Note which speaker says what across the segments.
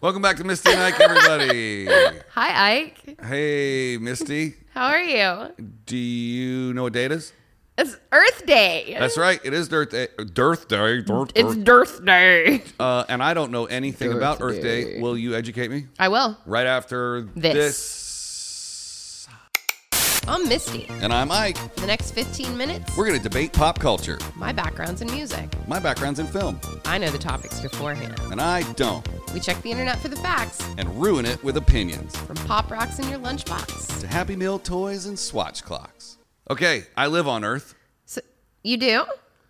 Speaker 1: Welcome back to Misty and Ike, everybody.
Speaker 2: Hi, Ike.
Speaker 1: hey, Misty,
Speaker 2: How are you?
Speaker 1: do you know what day it is?
Speaker 2: It's Earth Day.
Speaker 1: That's right. It is Earth Day. Dearth Day. Dearth,
Speaker 2: it's
Speaker 1: Dearth.
Speaker 2: Dearth Day.
Speaker 1: Uh, and I don't know anything
Speaker 2: Dearth
Speaker 1: about Earth Day.
Speaker 2: Day.
Speaker 1: Will you educate me?
Speaker 2: I will.
Speaker 1: Right after
Speaker 2: This.
Speaker 1: this.
Speaker 2: I'm Misty.
Speaker 1: And I'm Ike.
Speaker 2: For the next 15 minutes,
Speaker 1: We're going to debate pop culture.
Speaker 2: my background's in music.
Speaker 1: My background's in film,
Speaker 2: I know the topics beforehand.
Speaker 1: and I don't.
Speaker 2: We check the internet for the facts
Speaker 1: And ruin it with opinions.
Speaker 2: from pop rocks in your lunchbox.
Speaker 1: To Happy Meal toys and swatch clocks. Okay, I live on Earth.
Speaker 2: So, you do?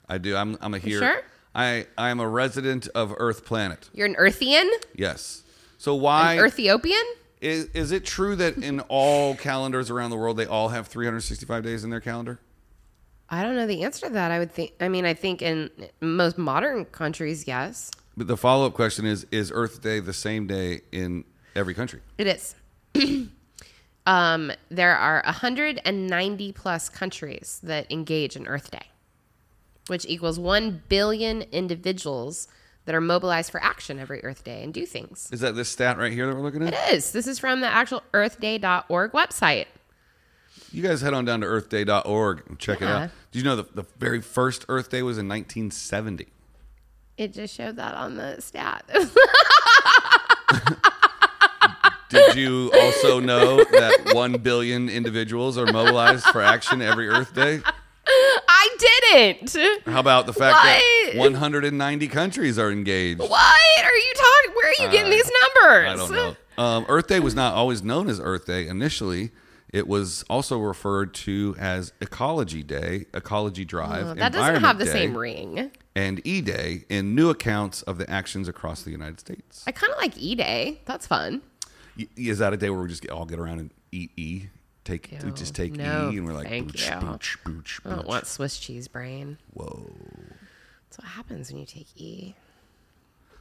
Speaker 1: I do. I'm, I'm a here.
Speaker 2: sure?
Speaker 1: I, I am a resident of Earth planet.
Speaker 2: You're an Earthian?
Speaker 1: Yes. So
Speaker 2: An
Speaker 1: why
Speaker 2: Earthiopian?
Speaker 1: is, is it true that in all calendars around the world they all have 365 days in their calendar?
Speaker 2: I don't know the answer to that. I would think, I mean, I think in most modern countries, yes.
Speaker 1: But the follow up question is: Is Earth Day the same day in every country?
Speaker 2: It is. um, there are 190 plus countries that engage in Earth Day, which equals 1 billion individuals that are mobilized for action every Earth Day and do things.
Speaker 1: Is that this stat right here that we're looking at?
Speaker 2: It is. This is from the actual earthday.org website.
Speaker 1: You guys head on down to EarthDay.org and check it
Speaker 2: Yeah.
Speaker 1: out. Do you know the, the very first Earth Day was in 1970?
Speaker 2: It just showed that on the stat.
Speaker 1: Did you also know that one billion individuals are mobilized for action every Earth Day?
Speaker 2: I didn't.
Speaker 1: How about the fact that
Speaker 2: What?
Speaker 1: 190 countries are engaged?
Speaker 2: What are you talking? Where are you getting these numbers?
Speaker 1: Uh, I don't know. Um, Earth Day was not always known as Earth Day. Initially, it was also referred to as Ecology Day, Ecology Drive,
Speaker 2: That doesn't have
Speaker 1: Environment
Speaker 2: the
Speaker 1: Day,
Speaker 2: same ring.
Speaker 1: and E Day in new accounts of the actions across the United States.
Speaker 2: I kind of like E Day. That's fun.
Speaker 1: Y- Is that a day where we just get, all get around and eat E? Take we
Speaker 2: Ew,
Speaker 1: just take
Speaker 2: no,
Speaker 1: E and we're like
Speaker 2: thank
Speaker 1: booch,
Speaker 2: you.
Speaker 1: booch, booch,
Speaker 2: I don't
Speaker 1: booch.
Speaker 2: want Swiss cheese brain.
Speaker 1: Whoa.
Speaker 2: That's what happens when you take E.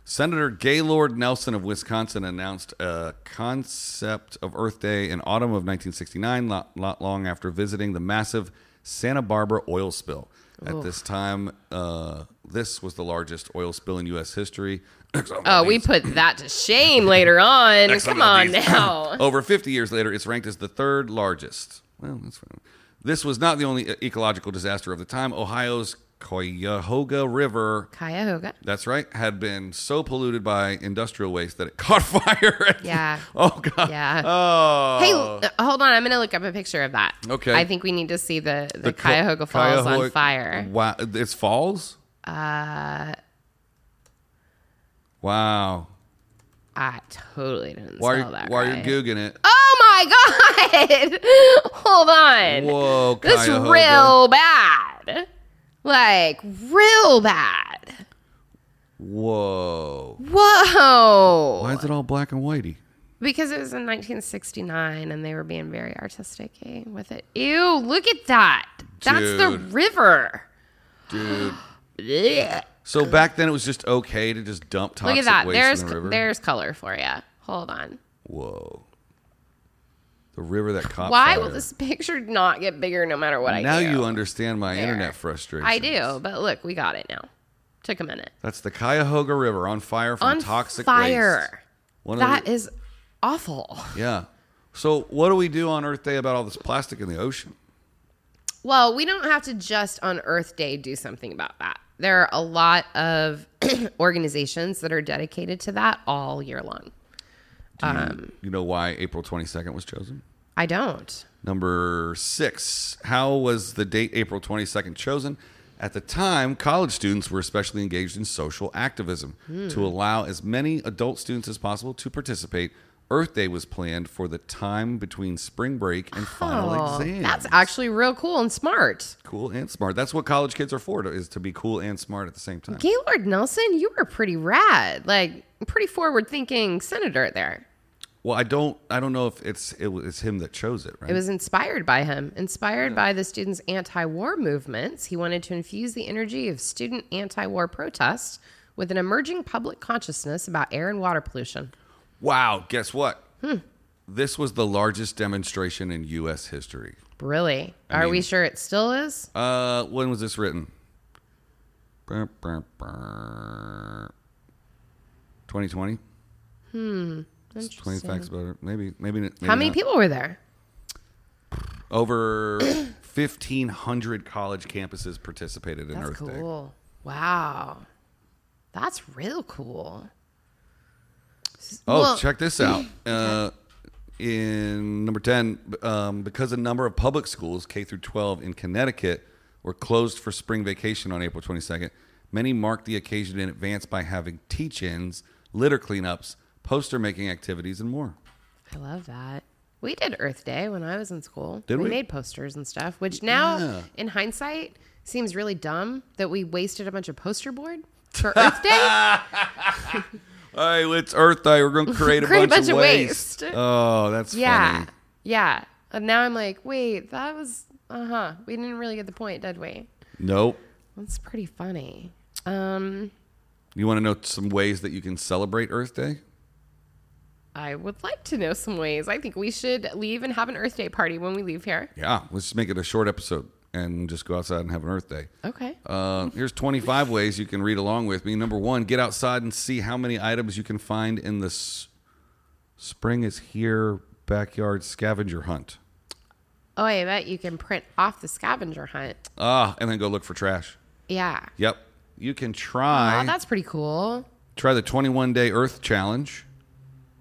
Speaker 1: Senator Gaylord Nelson of Wisconsin announced a concept of Earth Day in autumn of 1969, not, not long after visiting the massive Santa Barbara oil spill. At this time, uh, this was the largest oil spill in U.S. history.
Speaker 2: Oh, we put that to shame later on.
Speaker 1: Some
Speaker 2: Come
Speaker 1: of
Speaker 2: on
Speaker 1: these- Oh.
Speaker 2: now.
Speaker 1: Over 50 years later, it's ranked as the third largest. Well, that's fine. This was not the only e- ecological disaster of the time. Ohio's Cuyahoga River
Speaker 2: Cuyahoga.
Speaker 1: That's right. Had been so polluted by industrial waste that it caught fire.
Speaker 2: Yeah.
Speaker 1: oh god.
Speaker 2: Yeah.
Speaker 1: Oh.
Speaker 2: Hey, l- uh, hold on. I'm going to look up a picture of that.
Speaker 1: Okay.
Speaker 2: I think we need to see the, the,
Speaker 1: Cu-
Speaker 2: Cuyahoga Falls on
Speaker 1: Cuyahoga-
Speaker 2: fire.
Speaker 1: Wow. It's falls. Uh. Wow.
Speaker 2: I totally didn't
Speaker 1: Why?
Speaker 2: spell
Speaker 1: Are,
Speaker 2: that
Speaker 1: why are you
Speaker 2: right.
Speaker 1: googing it?
Speaker 2: Oh my God. hold on.
Speaker 1: Whoa,
Speaker 2: This
Speaker 1: Cuyahoga.
Speaker 2: real bad. Like, real bad.
Speaker 1: Whoa.
Speaker 2: Whoa.
Speaker 1: Why is it all black and whitey?
Speaker 2: Because it was in 1969 and they were being very artistic eh, with it. Ew, look at that. That's the
Speaker 1: Dude.
Speaker 2: river.
Speaker 1: Dude.
Speaker 2: Blech.
Speaker 1: So back then it was just okay to just dump
Speaker 2: Look
Speaker 1: toxic
Speaker 2: at that.
Speaker 1: waste
Speaker 2: There's
Speaker 1: in the river.
Speaker 2: there's color for you. Hold on.
Speaker 1: Whoa. The river that caught
Speaker 2: Why
Speaker 1: fire.
Speaker 2: will this picture not get bigger no matter what I
Speaker 1: now
Speaker 2: do?
Speaker 1: you understand my
Speaker 2: There.
Speaker 1: internet frustration.
Speaker 2: I do, but look, we got it now. Took a minute.
Speaker 1: That's the Cuyahoga River on fire from
Speaker 2: On
Speaker 1: toxic waste.
Speaker 2: fire.
Speaker 1: One of
Speaker 2: That
Speaker 1: the-
Speaker 2: is awful.
Speaker 1: yeah. So what do we do on Earth Day about all this plastic in the ocean?
Speaker 2: Well, we don't have to just on Earth Day do something about that. There are a lot of organizations that are dedicated to that all year long.
Speaker 1: Do you,
Speaker 2: Um,
Speaker 1: you know why April 22nd was chosen?
Speaker 2: I don't.
Speaker 1: Number six. How was the date April 22nd chosen? At the time, college students were especially engaged in social activism.
Speaker 2: Hmm.
Speaker 1: To allow as many adult students as possible to participate, Earth Day was planned for the time between spring break and final
Speaker 2: Oh,
Speaker 1: exams.
Speaker 2: that's actually real cool and smart.
Speaker 1: Cool and smart. That's what college kids are for, to- is to be cool and smart at the same time.
Speaker 2: Gaylord Nelson, you were pretty rad, like pretty forward thinking senator there.
Speaker 1: Well, I don't I don't know if it's it, was- it's him that chose it, right?
Speaker 2: It was inspired by him, inspired by the students' anti war movements. He wanted to infuse the energy of student anti war protests with an emerging public consciousness about air and water pollution.
Speaker 1: wow, guess what?
Speaker 2: Hmm.
Speaker 1: This was the largest demonstration in US history.
Speaker 2: Really? Are we sure it still is?
Speaker 1: Uh when was this written? Brr, brr, brr. 2020? It's 20 facts about it. Maybe, maybe, maybe
Speaker 2: How many
Speaker 1: not.
Speaker 2: people were there?
Speaker 1: Over 1,500 college campuses participated in
Speaker 2: That's
Speaker 1: Earth Day.
Speaker 2: cool. Wow. That's real cool.
Speaker 1: Oh,
Speaker 2: Well-
Speaker 1: check this out. Uh, in number 10, um, because a number of public schools, K through 12 in Connecticut, were closed for spring vacation on April 22nd, many marked the occasion in advance by having teach ins, litter cleanups, poster making activities, and more.
Speaker 2: I love that. We did Earth Day when I was in school.
Speaker 1: Did we?
Speaker 2: made posters and stuff, which now,
Speaker 1: Yeah.
Speaker 2: in hindsight, seems really dumb that we wasted a bunch of poster board for Earth Day.
Speaker 1: All right, it's Earth Day. We're going to create a,
Speaker 2: Create a
Speaker 1: bunch,
Speaker 2: bunch
Speaker 1: of
Speaker 2: of
Speaker 1: waste.
Speaker 2: waste.
Speaker 1: Oh, that's
Speaker 2: yeah.
Speaker 1: funny.
Speaker 2: Yeah. And now I'm like, wait, that was, uh huh. We didn't really get the point, did we?
Speaker 1: Nope.
Speaker 2: That's pretty funny. Um,
Speaker 1: You want to know some ways that you can celebrate Earth Day?
Speaker 2: I would like to know some ways. I think we should leave and have an Earth Day party when we leave here.
Speaker 1: Yeah, let's just make it a short episode and just go outside and have an Earth Day.
Speaker 2: Okay.
Speaker 1: Uh, here's 25 ways you can read along with me. Number one, get outside and see how many items you can find in the s- spring is here backyard scavenger hunt.
Speaker 2: Oh, I bet you can print off the scavenger hunt.
Speaker 1: Ah, and then go look for trash.
Speaker 2: Yeah.
Speaker 1: Yep. You can
Speaker 2: Oh,
Speaker 1: try
Speaker 2: that's pretty cool.
Speaker 1: try the 21 day Earth challenge.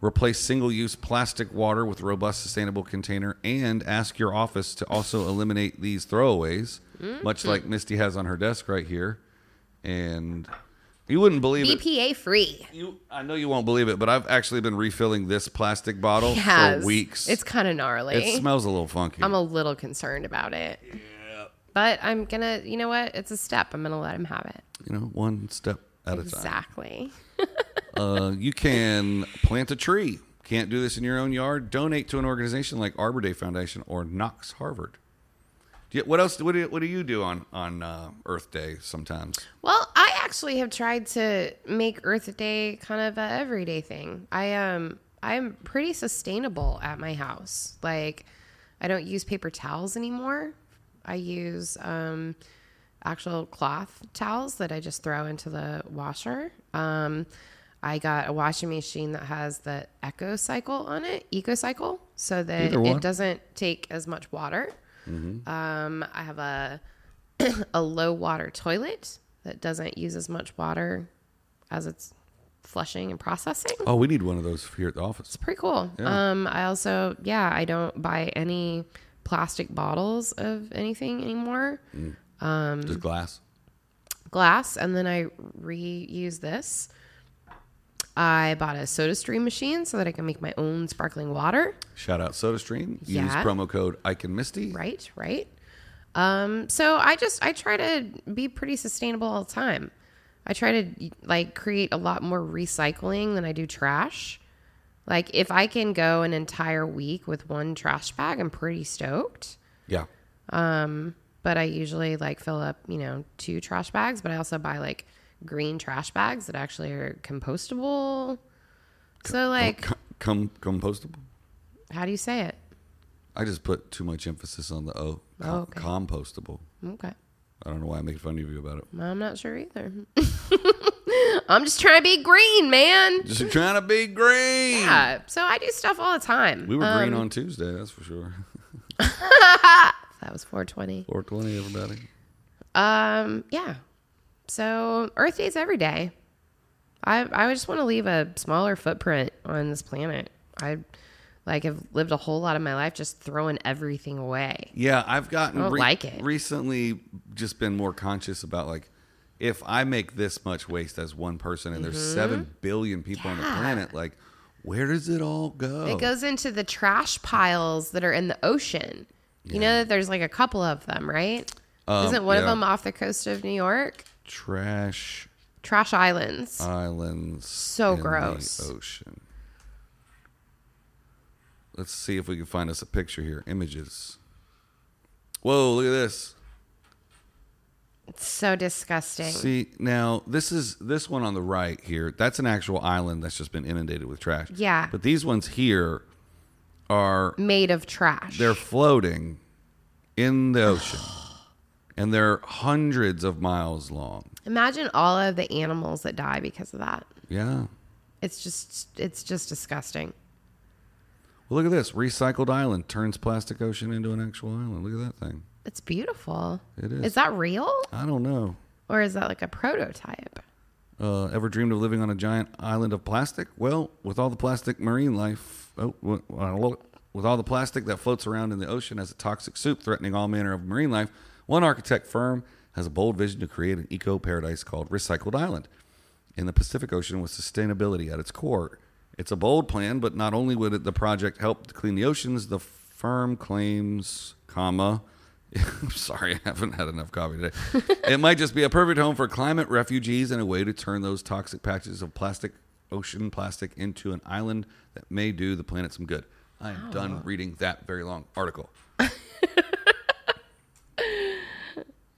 Speaker 1: Replace single use plastic water with robust sustainable container and ask your office to also eliminate these throwaways, much like Misty has on her desk right here. And you wouldn't believe it.
Speaker 2: BPA free.
Speaker 1: You, I know you won't believe it, but I've actually been refilling this plastic bottle for weeks.
Speaker 2: It's kind of gnarly.
Speaker 1: it smells a little funky.
Speaker 2: I'm a little concerned about it. Yeah. But I'm going to, you know what? It's a step. I'm going to let him have it.
Speaker 1: you know, one step at a time.
Speaker 2: Exactly.
Speaker 1: Uh, you can plant a tree. Can't do this in your own yard? Donate to an organization like Arbor Day Foundation or Knox Harvard. Do you- what else? What do you, what do you do on on uh, Earth Day sometimes?
Speaker 2: Well, I actually have tried to make Earth Day kind of a everyday thing. I um I'm pretty sustainable at my house. Like I don't use paper towels anymore. I use um actual cloth towels that I just throw into the washer. Um I got a washing machine that has the Eco Cycle on it, Eco Cycle, so that
Speaker 1: Either one. Mm-hmm.
Speaker 2: it doesn't take as much water. Um, I have a a low water toilet that doesn't use as much water as it's flushing and processing.
Speaker 1: Oh, we need one of those here at the office.
Speaker 2: It's pretty cool. Um, I also, yeah, I don't buy any plastic bottles of anything anymore. Um,
Speaker 1: Just glass.
Speaker 2: Glass, and then I reuse this. I bought a soda stream machine so that I can make my own sparkling water.
Speaker 1: Shout out SodaStream. Use
Speaker 2: Yeah.
Speaker 1: promo code Ike and Misty.
Speaker 2: Right, right. Um, so I just I try to be pretty sustainable all the time. I try to like create a lot more recycling than I do trash. Like if I can go an entire week with one trash bag, I'm pretty stoked.
Speaker 1: Yeah.
Speaker 2: But I usually like fill up, you know, two trash bags, but I also buy like green trash bags that actually are compostable. So like
Speaker 1: Com- com- compostable.
Speaker 2: how do you say it?
Speaker 1: I just put too much emphasis on the O. Com-
Speaker 2: Oh, okay.
Speaker 1: Compostable.
Speaker 2: Okay.
Speaker 1: I don't know why I made fun of you about it.
Speaker 2: I'm not sure either. I'm just trying to be green, man.
Speaker 1: Just trying to be green.
Speaker 2: Yeah. So I do stuff all the time.
Speaker 1: Hmm. We were
Speaker 2: Um,
Speaker 1: green on Tuesday, that's for sure.
Speaker 2: Uh, That was 420.
Speaker 1: 420, everybody.
Speaker 2: Um, yeah. So Earth Day's every day. I I just want to leave a smaller footprint on this planet. I like have lived a whole lot of my life just throwing everything away.
Speaker 1: Yeah, I've gotten
Speaker 2: I don't like it.
Speaker 1: recently just been more conscious about like if I make this much waste as one person and there's 7 billion people on the
Speaker 2: Mm-hmm. Yeah.
Speaker 1: planet, like where does it all go?
Speaker 2: It goes into the trash piles that are in the ocean. You know that there's like a couple of them, right?
Speaker 1: Um,
Speaker 2: Isn't one of
Speaker 1: yeah.
Speaker 2: them off the coast of New York?
Speaker 1: Trash
Speaker 2: Trash islands.
Speaker 1: Uh, islands.
Speaker 2: So
Speaker 1: in the
Speaker 2: gross.
Speaker 1: ocean. Let's see if we can find us a picture here. Images. Whoa, look at this.
Speaker 2: it's so disgusting.
Speaker 1: See now, this is this one on the right here. That's an actual island that's just been inundated with trash.
Speaker 2: Yeah.
Speaker 1: But these ones here are
Speaker 2: Made of trash.
Speaker 1: they're floating in the ocean, and they're hundreds of miles long.
Speaker 2: Imagine all of the animals that die because of that.
Speaker 1: Yeah.
Speaker 2: It's just it's just disgusting.
Speaker 1: Well, look at this. Recycled island turns plastic ocean into an actual island. Look at that thing.
Speaker 2: It's beautiful.
Speaker 1: It is.
Speaker 2: Is that real
Speaker 1: I don't know.
Speaker 2: or is that like a prototype?
Speaker 1: Uh, ever dreamed of living on a giant island of plastic? Well, with all the plastic marine life, oh, w- w- with all the plastic that floats around in the ocean as a toxic soup threatening all manner of marine life, one architect firm has a bold vision to create an eco paradise called Recycled Island in the Pacific Ocean with sustainability at its core. It's a bold plan, but not only would it, the project help to clean the oceans, the firm claims, comma, I'm sorry, I haven't had enough coffee today. it might just be a perfect home for climate refugees and a way to turn those toxic patches of plastic, ocean plastic, into an island that may do the planet some good. I am done reading that very long article.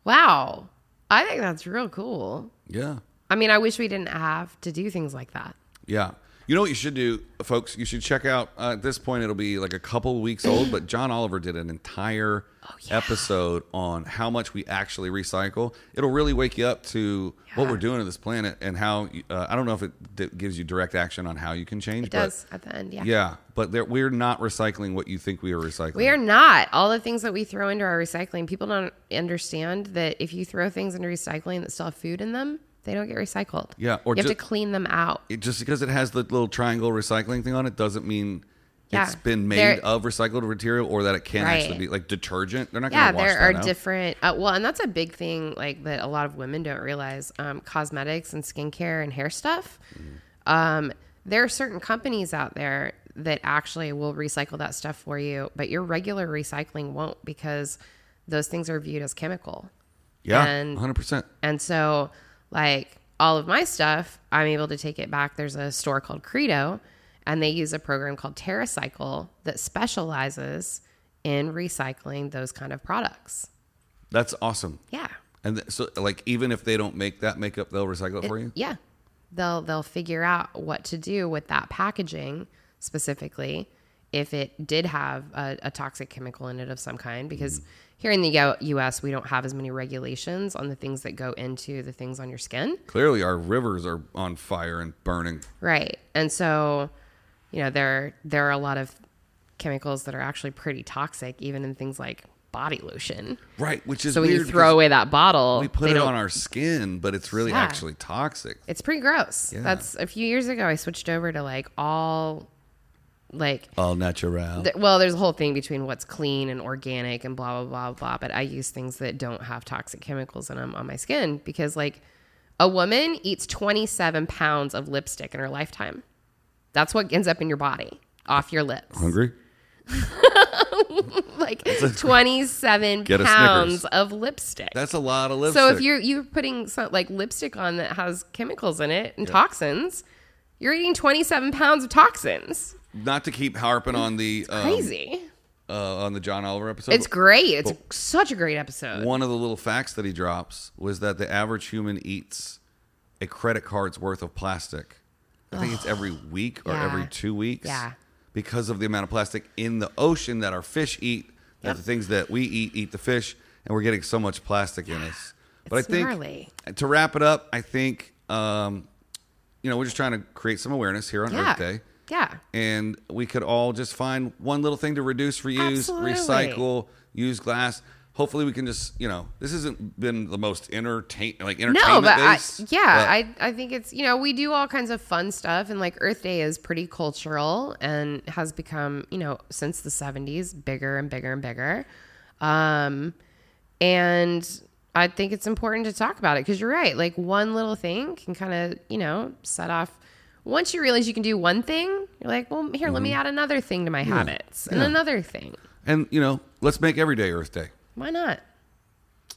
Speaker 2: Wow. I think that's real cool.
Speaker 1: Yeah.
Speaker 2: I mean, I wish we didn't have to do things like that.
Speaker 1: Yeah. You know what you should do, folks? You should check out, uh, at this point, it'll be like a couple weeks old, but John Oliver did an entire
Speaker 2: Oh,
Speaker 1: episode on how much we actually recycle. It'll really wake you up to what
Speaker 2: Yeah.
Speaker 1: we're doing to this planet and how, you- uh, I don't know if it d- gives you direct action on how you can change,
Speaker 2: It does at the end, yeah.
Speaker 1: but yeah, but there, we're not recycling what you think we are recycling.
Speaker 2: We are not. All the things that we throw into our recycling, people don't understand that if you throw things into recycling that still have food in them, they don't get recycled.
Speaker 1: Yeah, or
Speaker 2: you have
Speaker 1: ju-
Speaker 2: to clean them out.
Speaker 1: It- just because it has the little triangle recycling thing on it doesn't mean.
Speaker 2: Yeah.
Speaker 1: It's been made
Speaker 2: There-
Speaker 1: of recycled material, or that it can actually
Speaker 2: Right.
Speaker 1: be like detergent. They're not going
Speaker 2: Yeah,
Speaker 1: to wash
Speaker 2: there are
Speaker 1: that out.
Speaker 2: different. Uh, well, and that's a big thing, like that a lot of women don't realize. Um, cosmetics and skincare and hair stuff. Um, there are certain companies out there that actually will recycle that stuff for you, but your regular recycling won't because those things are viewed as chemical.
Speaker 1: yeah,
Speaker 2: and-
Speaker 1: hundred percent.
Speaker 2: And so, like all of my stuff, I'm able to take it back. There's a store called Credo, and they use a program called TerraCycle that specializes in recycling those kind of products.
Speaker 1: That's awesome.
Speaker 2: Yeah.
Speaker 1: And th- so, like, even if they don't make that makeup, they'll recycle it, for you.
Speaker 2: Yeah. They'll they'll figure out what to do with that packaging specifically if it did have a, a toxic chemical in it of some kind because
Speaker 1: Mm-hmm.
Speaker 2: here in the U- US we don't have as many regulations on the things that go into the things on your skin.
Speaker 1: Clearly, our rivers are on fire and burning.
Speaker 2: Right. And so, you know, there there are a lot of chemicals that are actually pretty toxic, even in things like body lotion.
Speaker 1: Right, which is
Speaker 2: So when
Speaker 1: weird.
Speaker 2: you throw
Speaker 1: because
Speaker 2: away that bottle,
Speaker 1: we put
Speaker 2: they
Speaker 1: it
Speaker 2: don't-
Speaker 1: on our skin, but it's really
Speaker 2: Yeah.
Speaker 1: actually toxic.
Speaker 2: it's pretty gross.
Speaker 1: Yeah.
Speaker 2: That's a few years ago I switched over to like all like
Speaker 1: All natural.
Speaker 2: th- well, there's a whole thing between what's clean and organic and blah blah blah blah. But I use things that don't have toxic chemicals in them on my skin because, like, a woman eats 27 pounds of lipstick in her lifetime. That's what ends up in your body off your lips.
Speaker 1: Hungry?
Speaker 2: like 27
Speaker 1: Get a Snickers.
Speaker 2: pounds of lipstick.
Speaker 1: That's a lot of lipstick.
Speaker 2: so if you're you're putting some, like lipstick on that has chemicals in it and toxins, you're eating 27 pounds of toxins.
Speaker 1: not to keep harping on the um,
Speaker 2: Crazy.
Speaker 1: uh, on the John Oliver episode.
Speaker 2: It's
Speaker 1: but
Speaker 2: great. It's such a great episode.
Speaker 1: One of the little facts that he drops was that the average human eats a credit card's worth of plastic. I think it's every week or
Speaker 2: Yeah.
Speaker 1: every two weeks.
Speaker 2: Yeah.
Speaker 1: Because of the amount of plastic in the ocean that our fish eat, that
Speaker 2: Yep.
Speaker 1: the things that we eat eat the fish, and we're getting so much plastic in us. But
Speaker 2: It's
Speaker 1: I think
Speaker 2: gnarly.
Speaker 1: to wrap it up, I think um, you know we're just trying to create some awareness here on
Speaker 2: yeah.
Speaker 1: Earth Day
Speaker 2: Yeah.
Speaker 1: and we could all just find one little thing to reduce, reuse,
Speaker 2: Absolutely.
Speaker 1: recycle, use glass. Hopefully, we can just you know this hasn't been the most entertain like
Speaker 2: No,
Speaker 1: entertainment.
Speaker 2: but I,
Speaker 1: based,
Speaker 2: yeah,
Speaker 1: but
Speaker 2: I I think it's you know we do all kinds of fun stuff and like Earth Day is pretty cultural and has become you know since the seventies bigger and bigger and bigger, um, and I think it's important to talk about it because you're right. Like one little thing can kind of you know set off. Once you realize you can do one thing, you're like, well, here, let me add another thing to my habits and
Speaker 1: Mm-hmm. Yeah.
Speaker 2: another thing.
Speaker 1: and you know let's make every day Earth Day.
Speaker 2: Why not?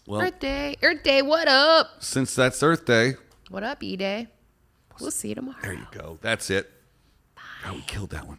Speaker 1: Well,
Speaker 2: Earth Day, Earth Day, what up?
Speaker 1: since that's Earth Day,
Speaker 2: What up, E Day? We'll see you tomorrow.
Speaker 1: there you go. That's it. Oh, we killed that one.